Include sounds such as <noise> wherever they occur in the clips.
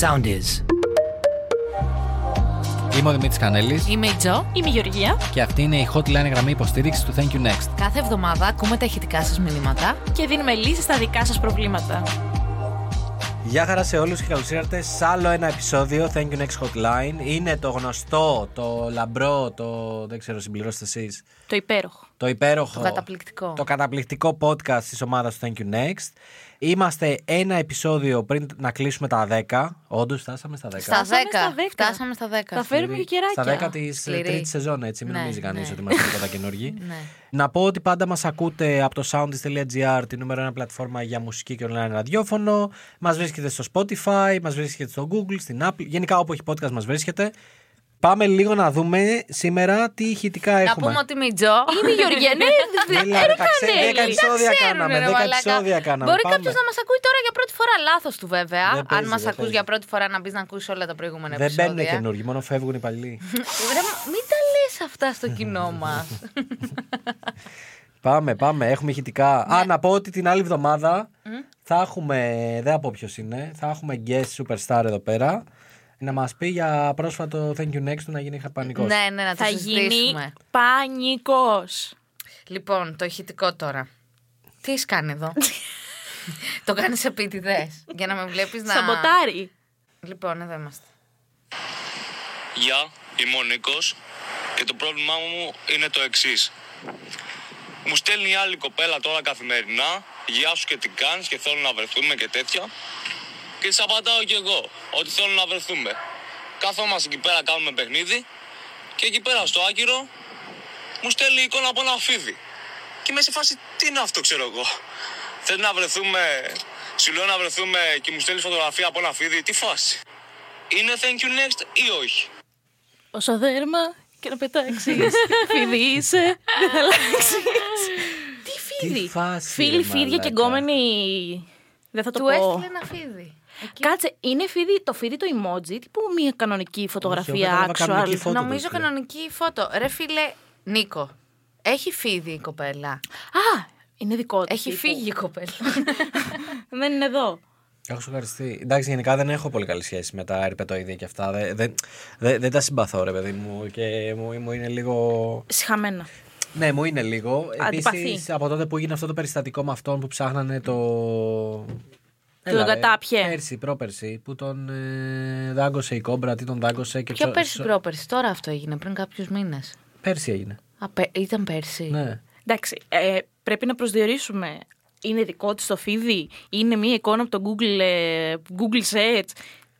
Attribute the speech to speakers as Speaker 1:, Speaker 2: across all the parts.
Speaker 1: sound is.
Speaker 2: Είμαι ο Δημήτρης Κανέλης
Speaker 3: Είμαι η Τζο.
Speaker 4: Είμαι η Γεωργία
Speaker 2: και αυτή είναι η hotline γραμμή υποστήριξης του Thank you Next.
Speaker 3: Κάθε εβδομάδα ακούμε τα ηχητικά σας μηνύματα.
Speaker 4: και δίνουμε λύσεις στα δικά σας προβλήματα.
Speaker 5: Γεια χαρά σε όλους και καλώς ήρθατε σε άλλο ένα επεισόδιο Thank you next hotline Είναι το γνωστό, το λαμπρό, το δεν ξέρω συμπληρώστε εσείς
Speaker 4: Το υπέροχο.
Speaker 5: Το υπέροχο
Speaker 3: Το καταπληκτικό.
Speaker 5: Το καταπληκτικό podcast της ομάδας του Thank you next Είμαστε ένα επεισόδιο πριν να κλείσουμε τα 10 Όντως φτάσαμε στα 10
Speaker 3: Στα 10.
Speaker 4: Φτάσαμε στα 10.
Speaker 3: Φτάσαμε στα 10.
Speaker 4: Θα φέρουμε και κεράκια.
Speaker 5: Δηλαδή, Στα 10 της
Speaker 3: Σκληρή.
Speaker 5: τρίτης σεζόν έτσι Μην
Speaker 3: Ναι,
Speaker 5: νομίζεις κανείς
Speaker 3: ναι.
Speaker 5: ότι είμαστε τίποτα καινούργοι
Speaker 3: <laughs> Ναι.
Speaker 5: Να πω ότι πάντα μας ακούτε από το soundis.gr, την νούμερο ένα πλατφόρμα για μουσική και online ραδιόφωνο. Μας βρίσκεται στο Spotify, μας βρίσκεται στο Google, στην Apple. Γενικά όπου έχει podcast μας βρίσκεται. Πάμε λίγο να δούμε σήμερα τι ηχητικά
Speaker 3: Να
Speaker 5: έχουμε.
Speaker 3: πούμε ότι είμαι η Τζο.
Speaker 4: Είμαι η Γεωργία. Ναι,
Speaker 3: <laughs>
Speaker 4: δε-
Speaker 5: Έλα, ρε, τα ξέ-
Speaker 4: Κανέλη.
Speaker 5: δέκα επεισόδια
Speaker 3: ξέρουνε,
Speaker 5: κάναμε,
Speaker 3: ρε
Speaker 5: δέκα
Speaker 3: μαλάκα.
Speaker 5: επεισόδια κάναμε,
Speaker 3: Μπορεί
Speaker 5: πάμε.
Speaker 3: κάποιος να μας ακούει τώρα για πρώτη φορά. Λάθος του βέβαια.
Speaker 5: Δεν παίζει,
Speaker 3: Αν μας
Speaker 5: δεν
Speaker 3: ακούς
Speaker 5: παίζεις.
Speaker 3: για πρώτη φορά να μπεις να ακούσεις όλα τα προηγούμενα
Speaker 5: Δεν
Speaker 3: επεισόδια.
Speaker 5: μπαίνουν καινούργοι, μόνο φεύγουν οι
Speaker 3: <laughs>
Speaker 5: παλιοί.
Speaker 3: Ρε, μην τα λες αυτά στο
Speaker 5: <laughs>
Speaker 3: κοινό μας.
Speaker 5: πάμε, πάμε, έχουμε ηχητικά. Α, να πω ότι την άλλη εβδομάδα θα έχουμε, δεν θα πω ποιος είναι, θα έχουμε guest superstar εδώ πέρα. Να μας πει για πρόσφατο Thank you next του να γίνει χαπανικός.
Speaker 3: ναι, ναι, να το
Speaker 4: Θα γίνει
Speaker 3: συζητήσουμε.
Speaker 4: πανικός.
Speaker 3: Λοιπόν, το ηχητικό τώρα. Τι έχεις κάνει <laughs> εδώ. το κάνεις επίτηδες. Για να με βλέπεις να.
Speaker 4: Σαμποτάρι.
Speaker 3: Λοιπόν, εδώ είμαστε.
Speaker 6: Γεια, είμαι ο Νίκος και το πρόβλημά μου είναι το εξής. Μου στέλνει η άλλη κοπέλα τώρα καθημερινά, γεια σου και τι κάνεις και θέλω να βρεθούμε και τέτοια. Και της απαντάω κι εγώ ότι θέλω να βρεθούμε. Καθόμαστε εκεί πέρα, κάνουμε παιχνίδι και εκεί πέρα στο Άγκυρο μου στέλνει εικόνα από ένα φίδι. Και είμαι σε φάση τι είναι αυτό ξέρω εγώ. Θέλει να βρεθούμε, σου λέω να βρεθούμε και μου στέλνει φωτογραφία από ένα φίδι, τι φάση. Είναι thank you next ή όχι.
Speaker 4: Όσο δέρμα και να πετάξει.
Speaker 3: <laughs>
Speaker 4: Φίδι είσαι. Δεν θα αλλάξει. Τι
Speaker 5: Τι
Speaker 4: φίδι.
Speaker 5: φάση, ρε,
Speaker 4: Φίλοι, φίδια
Speaker 5: μαλάκα.
Speaker 4: και γκόμενοι. Δεν θα το
Speaker 3: Του
Speaker 4: πω.
Speaker 3: έστειλε ένα φίδι. Εκεί.
Speaker 4: Κάτσε, είναι φίδι, το φίδι το emoji, τι που μια κανονική φωτογραφία,
Speaker 5: κατάλαβα κανονική
Speaker 4: actual.
Speaker 5: φω- φώτο του
Speaker 3: Νομίζω
Speaker 5: έστειλε.
Speaker 3: κανονική φώτο. Ρε φίλε, Νίκο. Έχει φίδι η κοπέλα.
Speaker 4: Α, είναι δικό του.
Speaker 3: Έχει
Speaker 4: τύπου.
Speaker 3: φύγει η <laughs> κοπέλα.
Speaker 4: <laughs> Δεν είναι εδώ.
Speaker 5: Έχω σοκαριστεί. Εντάξει, γενικά δεν έχω πολύ καλή σχέση με τα ερπετοίδια και αυτά. Δεν, δεν, δεν, δεν τα συμπαθώ, ρε παιδί μου. Και μου, μου είναι λίγο.
Speaker 4: Σχαμένα.
Speaker 5: Ναι, μου είναι λίγο.
Speaker 4: Αντιπαθή.
Speaker 5: Επίσης, από τότε που έγινε αυτό το περιστατικό με αυτόν που ψάχνανε το. Έλα, ρε,
Speaker 4: κατάπιε.
Speaker 5: Πέρσι, πρόπερσι, που τον ε, δάγκωσε η κόμπρα, τι τον δάγκωσε και
Speaker 3: Ποιο
Speaker 5: ψω-
Speaker 3: πέρσι
Speaker 5: ψω-
Speaker 3: πρόπερσι, τώρα αυτό έγινε, πριν κάποιους μήνες.
Speaker 5: Πέρσι έγινε.
Speaker 3: Ήταν πέρσι.
Speaker 5: Ναι.
Speaker 4: Εντάξει, ε, πρέπει να προσδιορίσουμε. Είναι δικό της το φίδι, είναι μία εικόνα από το Google, ε, Google Search.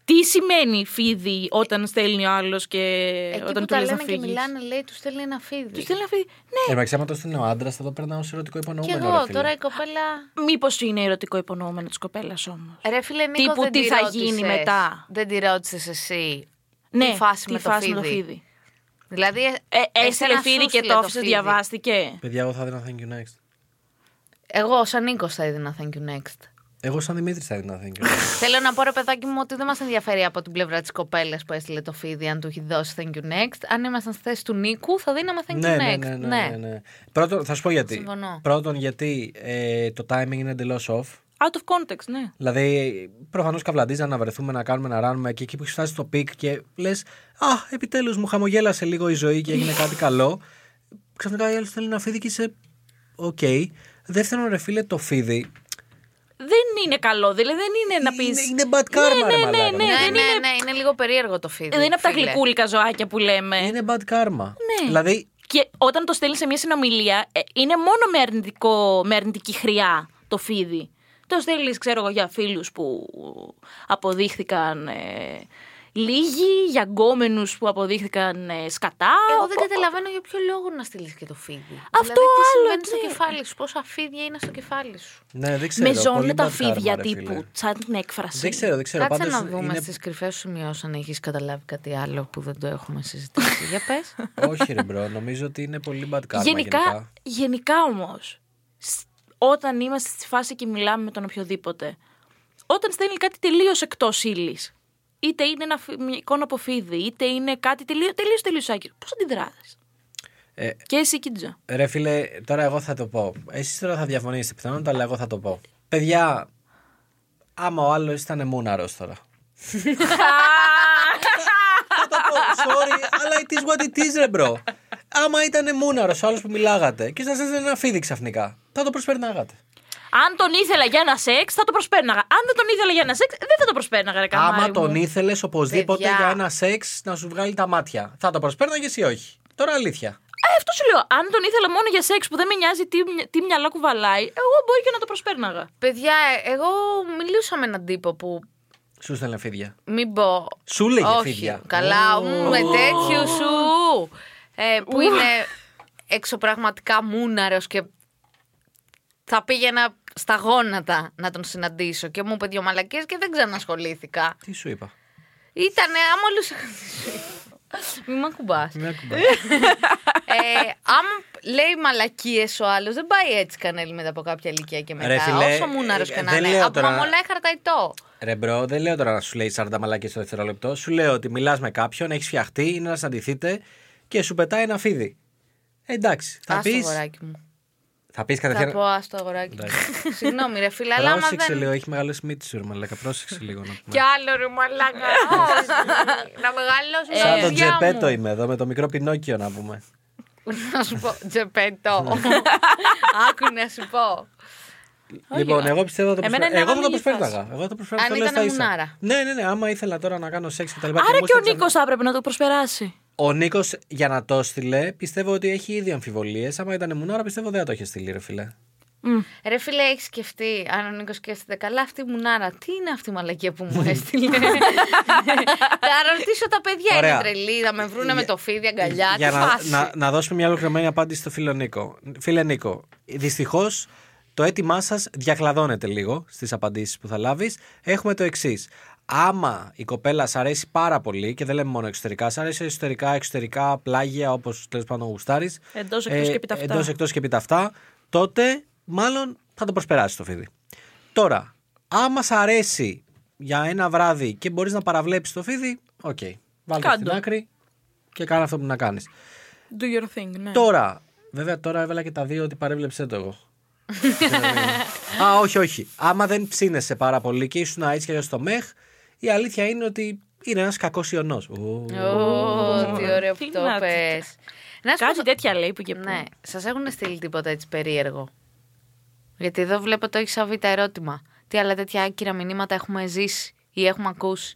Speaker 4: Τι σημαίνει φίδι όταν στέλνει ο άλλος και
Speaker 3: Ε, Εκεί
Speaker 4: όταν
Speaker 3: που
Speaker 4: του
Speaker 3: τα
Speaker 4: λες να
Speaker 3: λένε και
Speaker 4: φύγεις.
Speaker 3: μιλάνε, λέει, τους στέλνει ένα φίδι.
Speaker 4: Τους στέλνει ένα φίδι. Ναι,
Speaker 5: Ε, μεταξύ, άμα το στείλει ο άντρας, θα το περνάω ω ερωτικό
Speaker 3: Και
Speaker 5: υπονοούμενο.
Speaker 3: εγώ
Speaker 5: ρε φίλε.
Speaker 3: τώρα η κοπέλα.
Speaker 4: μήπως είναι ερωτικό υπονοούμενο της κοπέλας όμως.
Speaker 3: Ρε φίλε Νίκο,
Speaker 4: Τύπου,
Speaker 3: δεν
Speaker 4: τι
Speaker 3: τη
Speaker 4: θα
Speaker 3: ρώτησες.
Speaker 4: γίνει μετά.
Speaker 3: Δεν τη ρώτησες εσύ.
Speaker 4: Ναι,
Speaker 3: Ε, τι φάση,
Speaker 4: τι
Speaker 3: με,
Speaker 4: φάση
Speaker 3: το
Speaker 4: με το
Speaker 3: φίδι.
Speaker 4: φίδι.
Speaker 3: Δηλαδή, ε,
Speaker 4: Ε,
Speaker 3: εσένα
Speaker 4: έστειλε
Speaker 3: σου
Speaker 4: φίδι και
Speaker 3: στείλε
Speaker 4: το άφησες,
Speaker 3: φίδι.
Speaker 4: διαβάστηκε.
Speaker 5: Παιδιά, εγώ θα έδινα thank you next.
Speaker 3: Εγώ, σαν Νίκος, θα έδινα thank you next.
Speaker 5: Εγώ, σαν Δημήτρης, θα έδινα thank you next.
Speaker 3: Θέλω να πω ρε παιδάκι μου ότι δεν μας ενδιαφέρει από την πλευρά της κοπέλας που έστειλε το φίδι αν του έχει δώσει thank you next. Αν ήμασταν στη θέση του Νίκου, θα δίναμε thank you
Speaker 5: ναι,
Speaker 3: next.
Speaker 5: Ναι, ναι, ναι, ναι, ναι. Πρώτον, θα σου πω γιατί.
Speaker 3: Συμφωνώ.
Speaker 5: Πρώτον, γιατί ε, το timing είναι εντελώς off.
Speaker 4: Out of context, ναι.
Speaker 5: Δηλαδή, προφανώς καυλαντίζα να βρεθούμε, να κάνουμε, να ράνουμε και εκεί που έχεις φτάσει στο πικ και λες, Α, επιτέλους μου χαμογέλασε λίγο η ζωή και έγινε κάτι καλό. Ξαφνικά η άλλη θέλει να φίδι και είσαι. Οκ. Δεύτερον, ρε φίλε, το φίδι.
Speaker 4: Δεν είναι καλό, δηλαδή δεν είναι να πεις.
Speaker 5: Είναι, είναι bad karma,
Speaker 4: ναι,
Speaker 5: ρε
Speaker 4: ναι,
Speaker 5: μαλάκα.
Speaker 3: Ναι,
Speaker 4: ναι, δεν
Speaker 3: ναι,
Speaker 4: είναι-
Speaker 3: ναι, είναι λίγο περίεργο το φίδι.
Speaker 4: Δεν είναι από τα
Speaker 3: φίλε.
Speaker 4: γλυκούλικα ζωάκια που λέμε.
Speaker 5: Είναι bad karma.
Speaker 4: Ναι.
Speaker 5: Δηλαδή,
Speaker 4: Και όταν το στέλνεις σε μια συνομιλία, ε, είναι μόνο με, αρνητικό, με αρνητική χρειά το φίδι. Το στέλνεις, ξέρω εγώ, για φίλους που αποδείχθηκαν ε, λίγοι, για γκόμενους που αποδείχθηκαν ε, σκατά.
Speaker 3: Εγώ δεν
Speaker 4: Οπο-
Speaker 3: καταλαβαίνω για ποιο λόγο να στείλεις και το φίδι.
Speaker 4: Αυτό
Speaker 3: δηλαδή, τι
Speaker 4: άλλο,
Speaker 3: συμβαίνει στο
Speaker 4: ναι.
Speaker 3: κεφάλι σου, πόσα φίδια είναι στο κεφάλι σου.
Speaker 5: ναι, δεν ξέρω.
Speaker 4: Με
Speaker 5: πολύ
Speaker 4: ζώνουν τα
Speaker 5: bad
Speaker 4: φίδια
Speaker 5: karma, ρε φίλε.
Speaker 4: τύπου. Σαν την έκφραση.
Speaker 5: Δεν ξέρω, δεν ξέρω.
Speaker 3: Κάτσε
Speaker 5: Πάντως
Speaker 3: να δούμε
Speaker 5: είναι
Speaker 3: στις στι κρυφές σου σημειώσει αν έχεις καταλάβει κάτι άλλο που δεν το έχουμε συζητήσει. <laughs> για πες.
Speaker 5: Όχι, ρε μπρο, νομίζω ότι είναι πολύ
Speaker 4: <laughs>
Speaker 5: bad karma. Γενικά.
Speaker 4: Γενικά, γενικά όμως, όταν είμαστε στη φάση και μιλάμε με τον οποιοδήποτε, όταν στέλνει κάτι τελείως εκτός ύλης, είτε είναι ένα, φι- μια εικόνα από φίδι, είτε είναι κάτι τελείω τελείως, τελείως άκυρο, πώ αντιδράσει.
Speaker 5: Ε,
Speaker 4: Και εσύ και η Τζο.
Speaker 5: Ρε φίλε, τώρα εγώ θα το πω. Εσείς τώρα θα διαφωνήσετε πιθανότητα, αλλά εγώ θα το πω. Παιδιά, άμα ο άλλος ήταν μούναρος τώρα. Θα το πω, sorry, αλλά it is what it is, ρε μπρο. Άμα ήταν μούναρος άλλος που μιλάγατε και σας έδινε ένα φίδι ξαφνικά, θα το προσπερνάγατε.
Speaker 4: Αν τον ήθελα για ένα σεξ, θα το προσπέρναγα. Αν δεν τον ήθελα για ένα σεξ, δεν θα το προσπέρναγα, ρε καμάρι
Speaker 5: Άμα
Speaker 4: μου.
Speaker 5: τον ήθελες οπωσδήποτε
Speaker 3: Παιδιά.
Speaker 5: για ένα σεξ να σου βγάλει τα μάτια, θα το προσπέρναγες ή όχι. Τώρα αλήθεια.
Speaker 4: Ε, αυτό σου λέω. Αν τον ήθελα μόνο για σεξ που δεν με νοιάζει τι, μυ- τι μυαλά κουβαλάει, εγώ μπορεί και να το προσπέρναγα.
Speaker 3: Παιδιά, ε, εγώ μιλούσα με έναν τύπο που.
Speaker 5: Σου στέλνε φίδια.
Speaker 3: Μην πω.
Speaker 5: Σου λέγε
Speaker 3: Όχι,
Speaker 5: φίδια.
Speaker 3: Καλά, μου, με τέτοιου σου. Ε, που είναι εξωπραγματικά μούναρος και θα πήγαινα στα γόνατα να τον συναντήσω. Και μου είπε δυο μαλακίες και δεν ξανασχολήθηκα.
Speaker 5: Τι σου είπα.
Speaker 3: Ήτανε άμα όλους... Μην με ακουμπάς.
Speaker 5: Μια κουμπά.
Speaker 3: <laughs> ε, αν λέει μαλακίες ο άλλος, δεν πάει έτσι κανένα μετά από κάποια ηλικία και μετά.
Speaker 5: Ρε φίλε,
Speaker 3: Όσο μούναρο
Speaker 5: ε,
Speaker 3: και να
Speaker 5: δεν
Speaker 3: είναι.
Speaker 5: λέω
Speaker 3: Από
Speaker 5: τώρα-
Speaker 3: μαμολά χαρταϊτό.
Speaker 5: Ρε μπρο, δεν λέω τώρα να σου λέει 40 μαλάκια στο δευτερόλεπτο. Σου λέω ότι μιλάς με κάποιον, έχεις φτιαχτεί, είναι να συναντηθείτε και σου πετάει ένα φίδι. Ε, εντάξει. Θα
Speaker 3: Άστο
Speaker 5: πεις.
Speaker 3: αγοράκι μου.
Speaker 5: Θα πεις
Speaker 3: Θα
Speaker 5: καταρχήν.
Speaker 3: πω άστο αγοράκι μου. <laughs> Συγγνώμη, ρε φίλε, αλλά άμα
Speaker 5: Πρόσεξε λίγο,
Speaker 3: δεν.
Speaker 5: έχει μεγαλώσει μύτη σου, ρε μαλάκα. Πρόσεξε λίγο να πούμε.
Speaker 3: Κι άλλο ρε μαλάκα. ε, να μεγαλώσουν τα
Speaker 5: Σαν τον
Speaker 3: παιδιά ε, μου.
Speaker 5: Τζεπέτο είμαι εδώ με το μικρό Πινόκιο να πούμε.
Speaker 3: Να σου πω, <laughs> Τζεπέτο. Άκου να σου πω. ε,
Speaker 5: Λοιπόν, εγώ πιστεύω θα το προσπέρναγα.
Speaker 4: Εμένα είναι
Speaker 5: Εγώ θα το
Speaker 4: ανάλογη
Speaker 5: προσπέρναγα. Εγώ θα το προσπέρναγα. το
Speaker 3: Αν
Speaker 5: λέω
Speaker 3: ήτανε
Speaker 5: στα ίσα.
Speaker 3: μουνάρα.
Speaker 5: Ναι, ναι, ναι. Άμα ήθελα τώρα να κάνω σεξ και τα λοιπά.
Speaker 4: Άρα
Speaker 5: μου
Speaker 4: και ο
Speaker 5: έστειλε
Speaker 4: Νίκος θα έπρεπε να το προσπεράσει.
Speaker 5: Ο Νίκος για να το στείλε, πιστεύω ότι έχει ήδη αμφιβολίες. Άμα ήταν μουνάρα, πιστεύω δεν θα το είχε στείλει, ρε φίλε.
Speaker 3: Ρε φίλε, έχεις σκεφτεί, αν ο Νίκος σκέφτεται καλά, αυτή μου νάρα, τι είναι αυτή η μαλακία που
Speaker 5: <laughs>
Speaker 3: μου έστειλε. Θα ρωτήσω τα παιδιά,
Speaker 5: Ωραία.
Speaker 3: είναι τρελή, να με βρούνε με το φίδι αγκαλιά.
Speaker 5: για
Speaker 3: τι
Speaker 5: να,
Speaker 3: φάση.
Speaker 5: να, να δώσουμε μια ολοκληρωμένη απάντηση στο φίλο Νίκο. Φίλε Νίκο, δυστυχώς το αίτημά σας διακλαδώνεται λίγο στις απαντήσεις που θα λάβεις. Έχουμε το εξής. Άμα η κοπέλα σ' αρέσει πάρα πολύ και δεν λέμε μόνο εξωτερικά, σ' αρέσει εσωτερικά, εξωτερικά, πλάγια, όπως τέλος πάντων ε, γουστάρεις.
Speaker 4: Εντός, εκτός και επί τα αυτά.
Speaker 5: Εντός, εκτός και επί τα αυτά, τότε μάλλον θα το προσπεράσει το φίδι. Τώρα, άμα σ' αρέσει για ένα βράδυ και μπορείς να παραβλέψεις το φίδι, οκ. Βάλτε
Speaker 4: Κάντο.
Speaker 5: στην άκρη και κάνε αυτό που να κάνεις.
Speaker 4: Do your thing, ναι.
Speaker 5: Τώρα, βέβαια τώρα έβαλα και τα δύο ότι παρέβλεψε το
Speaker 4: <laughs>
Speaker 5: εγώ. Ε, Α, όχι, όχι. Άμα δεν ψήνεσαι πάρα πολύ και ήσουν έτσι και αλλιώς στο μεχ, η αλήθεια είναι ότι είναι ένας κακός ιονό.
Speaker 3: Ω, τι ωραίο
Speaker 4: Τι
Speaker 3: που το
Speaker 4: να-
Speaker 3: πες. Να σου
Speaker 4: Κάτι
Speaker 3: πω,
Speaker 4: τέτοια λέει που και που.
Speaker 3: ναι, σας έχουν στείλει τίποτα έτσι περίεργο. Γιατί εδώ βλέπω το έχεις σαν β' ερώτημα. Τι άλλα τέτοια άκυρα μηνύματα έχουμε ζήσει ή έχουμε ακούσει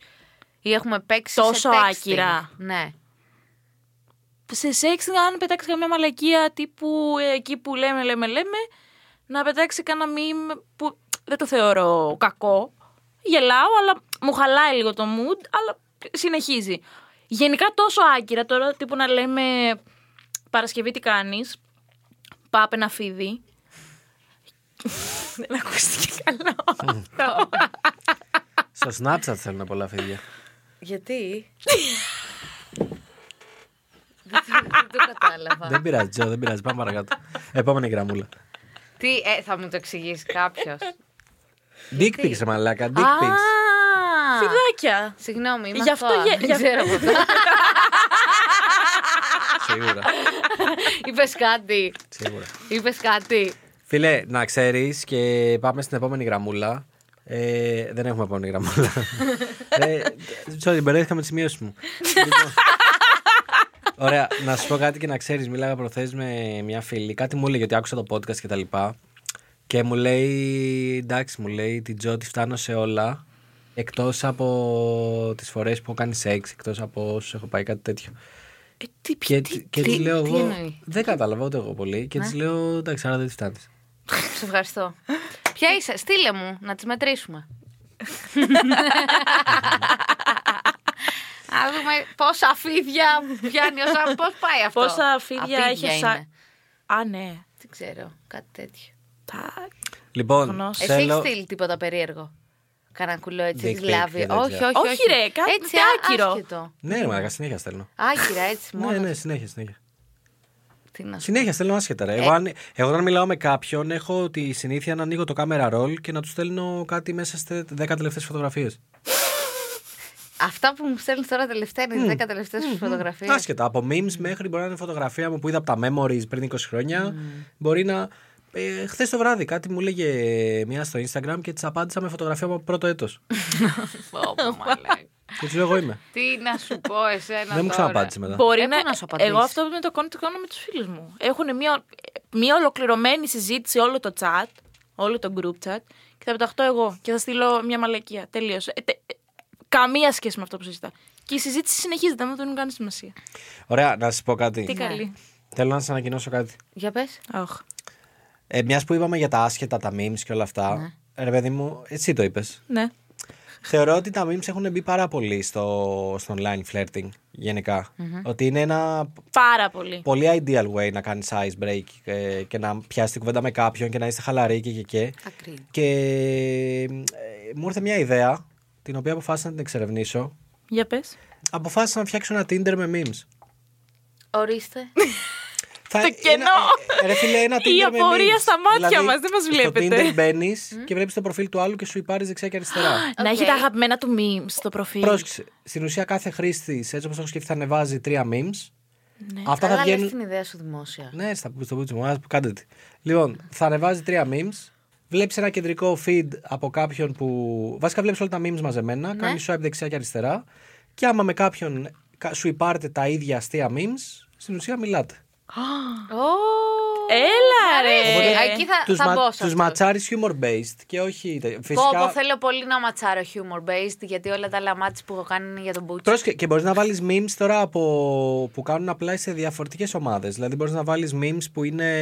Speaker 3: ή έχουμε παίξει σε
Speaker 4: Τόσο
Speaker 3: texting.
Speaker 4: άκυρα.
Speaker 3: <laughs> Ναι.
Speaker 4: σε σεξ, αν πετάξεις καμιά μαλακία τύπου ε, εκεί που λέμε, λέμε, λέμε, να πετάξει κανένα meme που δεν το θεωρώ κακό. Γελάω, αλλά μου χαλάει λίγο το mood, αλλά συνεχίζει. Γενικά τόσο άκυρα τώρα, τύπου να λέμε Παρασκευή τι κάνεις, πάπε να φίδι. <laughs> δεν ακούστηκε καλά
Speaker 3: <laughs>
Speaker 4: αυτό.
Speaker 5: Στο Snapchat θέλουν πολλά φίδια.
Speaker 3: Γιατί. δεν, το- δεν το κατάλαβα.
Speaker 5: δεν πειράζει, Τζο, δεν πειράζει. Πάμε παρακάτω. Επόμενη γραμμούλα.
Speaker 3: Τι, ε, θα μου το εξηγήσει κάποιος.
Speaker 5: Dick pics, ρε μαλάκα. Dick pics.
Speaker 4: Φιδάκια.
Speaker 3: Συγγνώμη, είμαι
Speaker 4: Γι' αυτό
Speaker 3: αθώα.
Speaker 4: γε- γι'
Speaker 3: Δεν
Speaker 4: αυτό-
Speaker 3: ξέρω από αυτά.
Speaker 5: Σίγουρα.
Speaker 3: Είπες κάτι.
Speaker 5: Σίγουρα.
Speaker 3: Είπες κάτι.
Speaker 5: Φίλε, να ξέρεις και πάμε στην επόμενη γραμμούλα. Ε, δεν έχουμε επόμενη γραμμούλα. ε, sorry, μπερδεύτηκα με τις σημειώσεις μου. Λοιπόν. Ωραία, να σου πω κάτι και να ξέρεις. Μίλαγα προχθές με μια φίλη. Κάτι μου έλεγε ότι άκουσα το podcast και τα λοιπά. Και μου λέει, εντάξει, μου λέει την Τζο, τη φτάνω σε όλα. Εκτός από τις φορές που έχω κάνει σεξ, εκτός από όσους έχω πάει κάτι τέτοιο.
Speaker 4: Ε, τι,
Speaker 5: Και, και τη λέω
Speaker 3: τι
Speaker 5: εγώ.
Speaker 3: εννοεί? Ναι.
Speaker 5: Δεν κατάλαβα ούτε εγώ πολύ. Και τη λέω, εντάξει, άρα δεν τη φτάνεις.
Speaker 3: Σε ευχαριστώ. Ποια είσαι, στείλε μου να τις
Speaker 4: <laughs>
Speaker 3: μετρήσουμε. Να δούμε πόσα φίδια πιάνει, όσα, πώς πάει αυτό.
Speaker 4: Πόσα φίδια
Speaker 3: Αφίδια
Speaker 4: έχεις
Speaker 3: είναι.
Speaker 4: σαν... Α, ναι.
Speaker 3: Δεν ξέρω, κάτι τέτοιο.
Speaker 4: Τα-
Speaker 5: Λοιπόν,
Speaker 4: Γνώση.
Speaker 3: Εσύ έχεις
Speaker 5: θέλω.
Speaker 3: στείλει τίποτα περίεργο. Κανένα κουλό έτσι,
Speaker 5: Dick
Speaker 3: έχεις
Speaker 5: pic
Speaker 3: λάβει.
Speaker 5: και τέτοια.
Speaker 3: Όχι, όχι,
Speaker 4: Όχι,
Speaker 3: όχι.
Speaker 4: ρε, κάτι
Speaker 3: έτσι,
Speaker 4: άκυρο.
Speaker 3: άσχετο.
Speaker 5: Ναι, ρε μαλάκα, συνέχεια στέλνω.
Speaker 3: Άκυρα, έτσι μόνος.
Speaker 5: Ναι, ναι, συνέχεια, συνέχεια.
Speaker 3: Τι να σου
Speaker 5: Συνέχεια στέλνω άσχετα. Ρε. Εγώ, αν, εγώ όταν μιλάω με κάποιον, έχω τη συνήθεια να ανοίγω το κάμερα roll και να του στέλνω κάτι μέσα στι 10 τελευταίες φωτογραφίες.
Speaker 3: Αυτά που μου στέλνεις τώρα τελευταία είναι οι 10 τελευταίε σου φωτογραφίες.
Speaker 5: Άσχετα. Από memes μέχρι μπορεί να είναι φωτογραφία μου που είδα από τα memories πριν 20 χρόνια. Μπορεί να. Ε, Χθες το βράδυ κάτι μου έλεγε μία στο Instagram και της απάντησα με φωτογραφία μου από πρώτο έτος. Και του λέω εγώ είμαι.
Speaker 3: Τι να σου πω εσένα
Speaker 5: Δεν μου
Speaker 3: τώρα.
Speaker 5: ξαναπάντησε μετά.
Speaker 4: Μπορεί
Speaker 3: Ε,
Speaker 4: να...
Speaker 3: πού να σου απαντήσει.
Speaker 4: Εγώ αυτό με το κάνω, το κάνω με τους φίλους μου. Έχουν μια, μια ολοκληρωμένη συζήτηση όλο το chat, όλο το group chat, και θα πεταχτώ εγώ και θα στείλω μια μαλακία. Τελείωσε. Ε, τε- ε, καμία σχέση με αυτό που συζητά. Και η συζήτηση συνεχίζεται, δεν μου δίνουν καν σημασία.
Speaker 5: Ωραία, να σας πω
Speaker 4: Τι
Speaker 5: κάτι.
Speaker 4: καλή.
Speaker 5: Θέλω να σας ανακοινώσω κάτι.
Speaker 3: Για πες.
Speaker 4: Αχ.
Speaker 5: Ε, Μιας που είπαμε για τα άσχετα, τα memes και όλα αυτά. Ρε παιδί μου, εσύ το είπες.
Speaker 4: Ναι.
Speaker 5: Θεωρώ ότι τα memes έχουν μπει πάρα πολύ στο, στο online flirting γενικα Ότι είναι ένα
Speaker 4: Πάρα πολύ.
Speaker 5: πολύ ideal way να κάνεις ice break ε, και να πιάσεις την κουβέντα με κάποιον και να είστε χαλαροί και και και.
Speaker 3: Ακριβώς.
Speaker 5: Και ε, μου ήρθε μια ιδέα, την οποία αποφάσισα να την εξερευνήσω.
Speaker 4: Για πες.
Speaker 5: Αποφάσισα να φτιάξω ένα Tinder με memes.
Speaker 3: Ορίστε.
Speaker 5: Θα,
Speaker 4: Το κενό.
Speaker 5: Ένα, ε, ρε φίλε, ένα
Speaker 4: Η
Speaker 5: Tinder με
Speaker 4: απορία
Speaker 5: memes.
Speaker 4: στα μάτια
Speaker 5: δηλαδή,
Speaker 4: μας, δεν μας
Speaker 5: στο
Speaker 4: βλέπετε.
Speaker 5: Tinder μπαίνεις και βλέπεις το προφίλ του άλλου και σου υπάρει δεξιά και αριστερά.
Speaker 4: Να έχει
Speaker 3: Οκ.
Speaker 4: τα αγαπημένα του memes στο προφίλ.
Speaker 5: Πρόσεξε. Στην ουσία, κάθε χρήστη, έτσι όπως έχω σκεφτεί, θα ανεβάζει τρία memes. Αυτά θα
Speaker 3: Ναι. Καλά λες
Speaker 5: βγαίνουν.
Speaker 3: την ιδέα σου δημόσια.
Speaker 5: Ναι, στα στο πούτσι μου, ας, κάντε τι. Λοιπόν, θα ανεβάζει τρία memes. Βλέπεις ένα κεντρικό feed από κάποιον που. Βασικά βλέπεις όλα τα memes μαζεμένα. Ναι. Κάνεις swipe δεξιά και αριστερά. Και άμα με κάποιον κα- σου υπάρτε τα ίδια αστεία memes, στην ουσία μιλάτε.
Speaker 4: Έλα ρε.
Speaker 3: Ωραία, Ε, εκεί θα,
Speaker 5: τους
Speaker 3: θα μπω σε
Speaker 5: τους
Speaker 3: αυτό.
Speaker 5: ματσάρεις humor based και όχι. τε-
Speaker 3: Πω, πω,
Speaker 5: Φυσικά.
Speaker 3: θέλω πολύ να ματσάρω humor based γιατί όλα τα λαμάτσι που έχω κάνει είναι για τον Μπούτσο.
Speaker 5: Πρόσεχε, και μπορείς να βάλεις memes τώρα από... που κάνουν απλά σε διαφορετικές ομάδες. Δηλαδή, μπορείς να βάλεις memes που είναι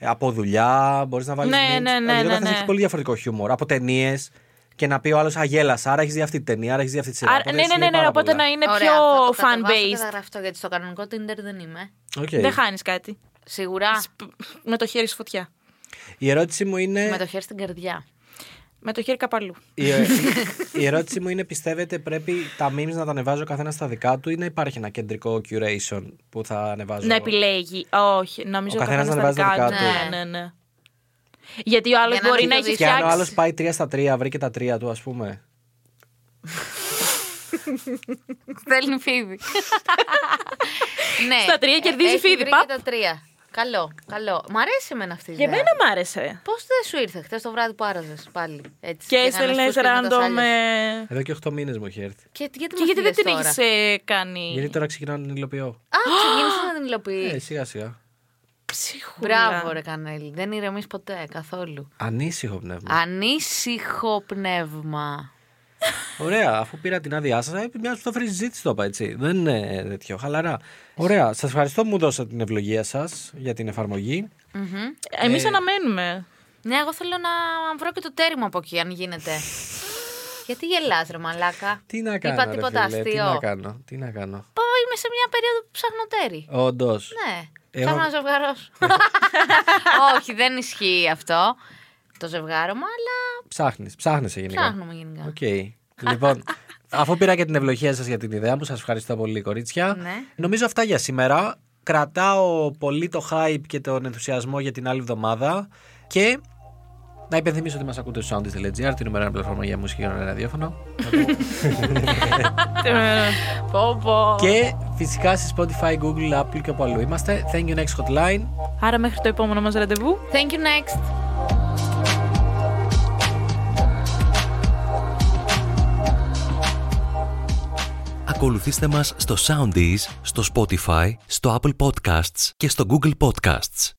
Speaker 5: από δουλειά, μπορείς να βάλεις.
Speaker 4: Ναι,
Speaker 5: memes...
Speaker 4: ναι, ναι,
Speaker 5: Δηλαδή, ο
Speaker 4: ναι,
Speaker 5: καθένας
Speaker 4: ναι.
Speaker 5: έχει πολύ διαφορετικό χιούμορ. Από ταινίες και να πει ο άλλος Αγέλα, άρα έχεις δει αυτή την ταινία, άρα έχεις δει αυτή τη σειρά.
Speaker 4: Άρα-
Speaker 5: Οπότε
Speaker 4: ναι,
Speaker 5: σου
Speaker 4: ναι, ναι,
Speaker 5: λέει
Speaker 4: ναι,
Speaker 5: πάρα
Speaker 4: οπότε
Speaker 5: πολλά.
Speaker 4: να είναι
Speaker 3: Ωραία,
Speaker 4: πιο
Speaker 3: θα το
Speaker 4: fan
Speaker 3: κατεβάσω και θα
Speaker 4: based.
Speaker 3: γραφτώ γιατί στο κανονικό Tinder δεν είμαι.
Speaker 5: Οκ.
Speaker 4: Δεν χάνεις κάτι.
Speaker 3: Σίγουρα.
Speaker 4: Σ- Με το χέρι στη φωτιά.
Speaker 5: Η ερώτηση μου είναι.
Speaker 3: Με το χέρι στην
Speaker 4: <laughs>
Speaker 3: καρδιά.
Speaker 4: Με το χέρι καπαλού.
Speaker 5: Η, η ερώτηση μου είναι, πιστεύετε πρέπει τα memes να τα ανεβάζω καθένα στα δικά του ή να υπάρχει ένα κεντρικό curation που θα ανεβάζω.
Speaker 4: Να
Speaker 5: εγώ?
Speaker 4: επιλέγει. Όχι, νομίζω
Speaker 5: Ο καθένας
Speaker 4: καθένας
Speaker 5: να βάζει τα
Speaker 4: του.
Speaker 5: δικά
Speaker 4: Ναι, ναι, ναι. Γιατί ο άλλος
Speaker 3: Για να
Speaker 4: μπορεί
Speaker 3: μην
Speaker 4: να
Speaker 3: το
Speaker 4: έχει
Speaker 3: δεις.
Speaker 5: Και αν ο άλλος
Speaker 4: φτιάξει.
Speaker 5: πάει τρία στα τρία, βρει και τα τρία του, ας πούμε.
Speaker 3: Θέλει φίδι. <laughs> ναι.
Speaker 4: Στα τρία
Speaker 3: Ε,
Speaker 4: κερδίζει
Speaker 3: έχει
Speaker 4: φίδι,
Speaker 3: βρει
Speaker 4: παπ.
Speaker 3: και τα τρία. Καλό, καλό. Μ' αρέσει εμένα αυτή η
Speaker 4: Για
Speaker 3: ιδέα.
Speaker 4: μένα μ' άρεσε.
Speaker 3: Πώς δεν σου ήρθε χθες το βράδυ που άραζες πάλι. Έτσι,
Speaker 4: Και
Speaker 3: είχαμε
Speaker 4: έστελνες
Speaker 3: σπούσκες με τα
Speaker 4: random.
Speaker 3: σάλια.
Speaker 4: ε,
Speaker 5: Εδώ και 8 μήνες μου έχει έρθει.
Speaker 3: Και γιατί,
Speaker 4: Και
Speaker 3: μας
Speaker 4: γιατί δεν
Speaker 3: στείλες
Speaker 4: την
Speaker 3: τώρα?
Speaker 4: έχεις κάνει.
Speaker 5: Γιατί τώρα ξεκινάω να την υλοποιώ.
Speaker 3: Α, ξεκίνησες να την υλοποιείς.
Speaker 5: Ε, σιγά σιγά.
Speaker 4: Ψυχούλα.
Speaker 3: Μπράβο, ρε Κανέλη. Δεν ηρεμείς ποτέ καθόλου.
Speaker 5: Ανήσυχο πνεύμα.
Speaker 3: Ανήσυχο πνεύμα.
Speaker 5: Ωραία, αφού πήρα την άδειά σας, μιας που το φέρει συζήτηση το είπα έτσι. Δεν είναι τέτοιο, χαλαρά. Ωραία, σας ευχαριστώ που μου δώσατε την ευλογία σας για την εφαρμογή. Ε.
Speaker 4: Εμεί αναμένουμε.
Speaker 3: Ναι, εγώ θέλω να βρω και το τέρι μου από εκεί, αν γίνεται. Γιατί γελάς ρε μαλάκα.
Speaker 5: Τι να κάνω.
Speaker 3: Είπα
Speaker 5: ρε
Speaker 3: τίποτα
Speaker 5: φίλε,
Speaker 3: αστείο.
Speaker 5: Τι να κάνω. Τι να κάνω.
Speaker 3: Πω, είμαι σε μια περίοδο που ψάχνω τέρι.
Speaker 5: Όντως.
Speaker 3: Ναι.
Speaker 5: Ε, Εγώ-
Speaker 3: Ψάχνω να
Speaker 5: <laughs>
Speaker 3: ζευγαρώσω. Όχι, δεν ισχύει αυτό. Το ζευγάρωμα, αλλά
Speaker 5: Ψάχνεις, ψάχνεσαι γενικά.
Speaker 3: ψάχνουμε γενικά.
Speaker 5: Οκ. Λοιπόν, αφού πήρα και την ευλογία σας για την ιδέα μου, σας ευχαριστώ πολύ, κορίτσια.
Speaker 3: Ναι.
Speaker 5: Νομίζω αυτά για σήμερα. Κρατάω πολύ το hype και τον ενθουσιασμό για την άλλη εβδομάδα. Και να υπενθυμίσω ότι μας ακούτε στο soundist.gr, την νούμερα πλατφόρμα για μουσική και ένα ραδιόφωνο.
Speaker 4: Ε, Πω, πω.
Speaker 5: και φυσικά σε Spotify, Google, Apple και όπου αλλού είμαστε. Thank you next hotline.
Speaker 4: Άρα μέχρι το επόμενο μας ραντεβού.
Speaker 3: Thank you next.
Speaker 1: Ακολουθήστε μας στο Soundees, στο Spotify, στο Apple Podcasts και στο Google Podcasts.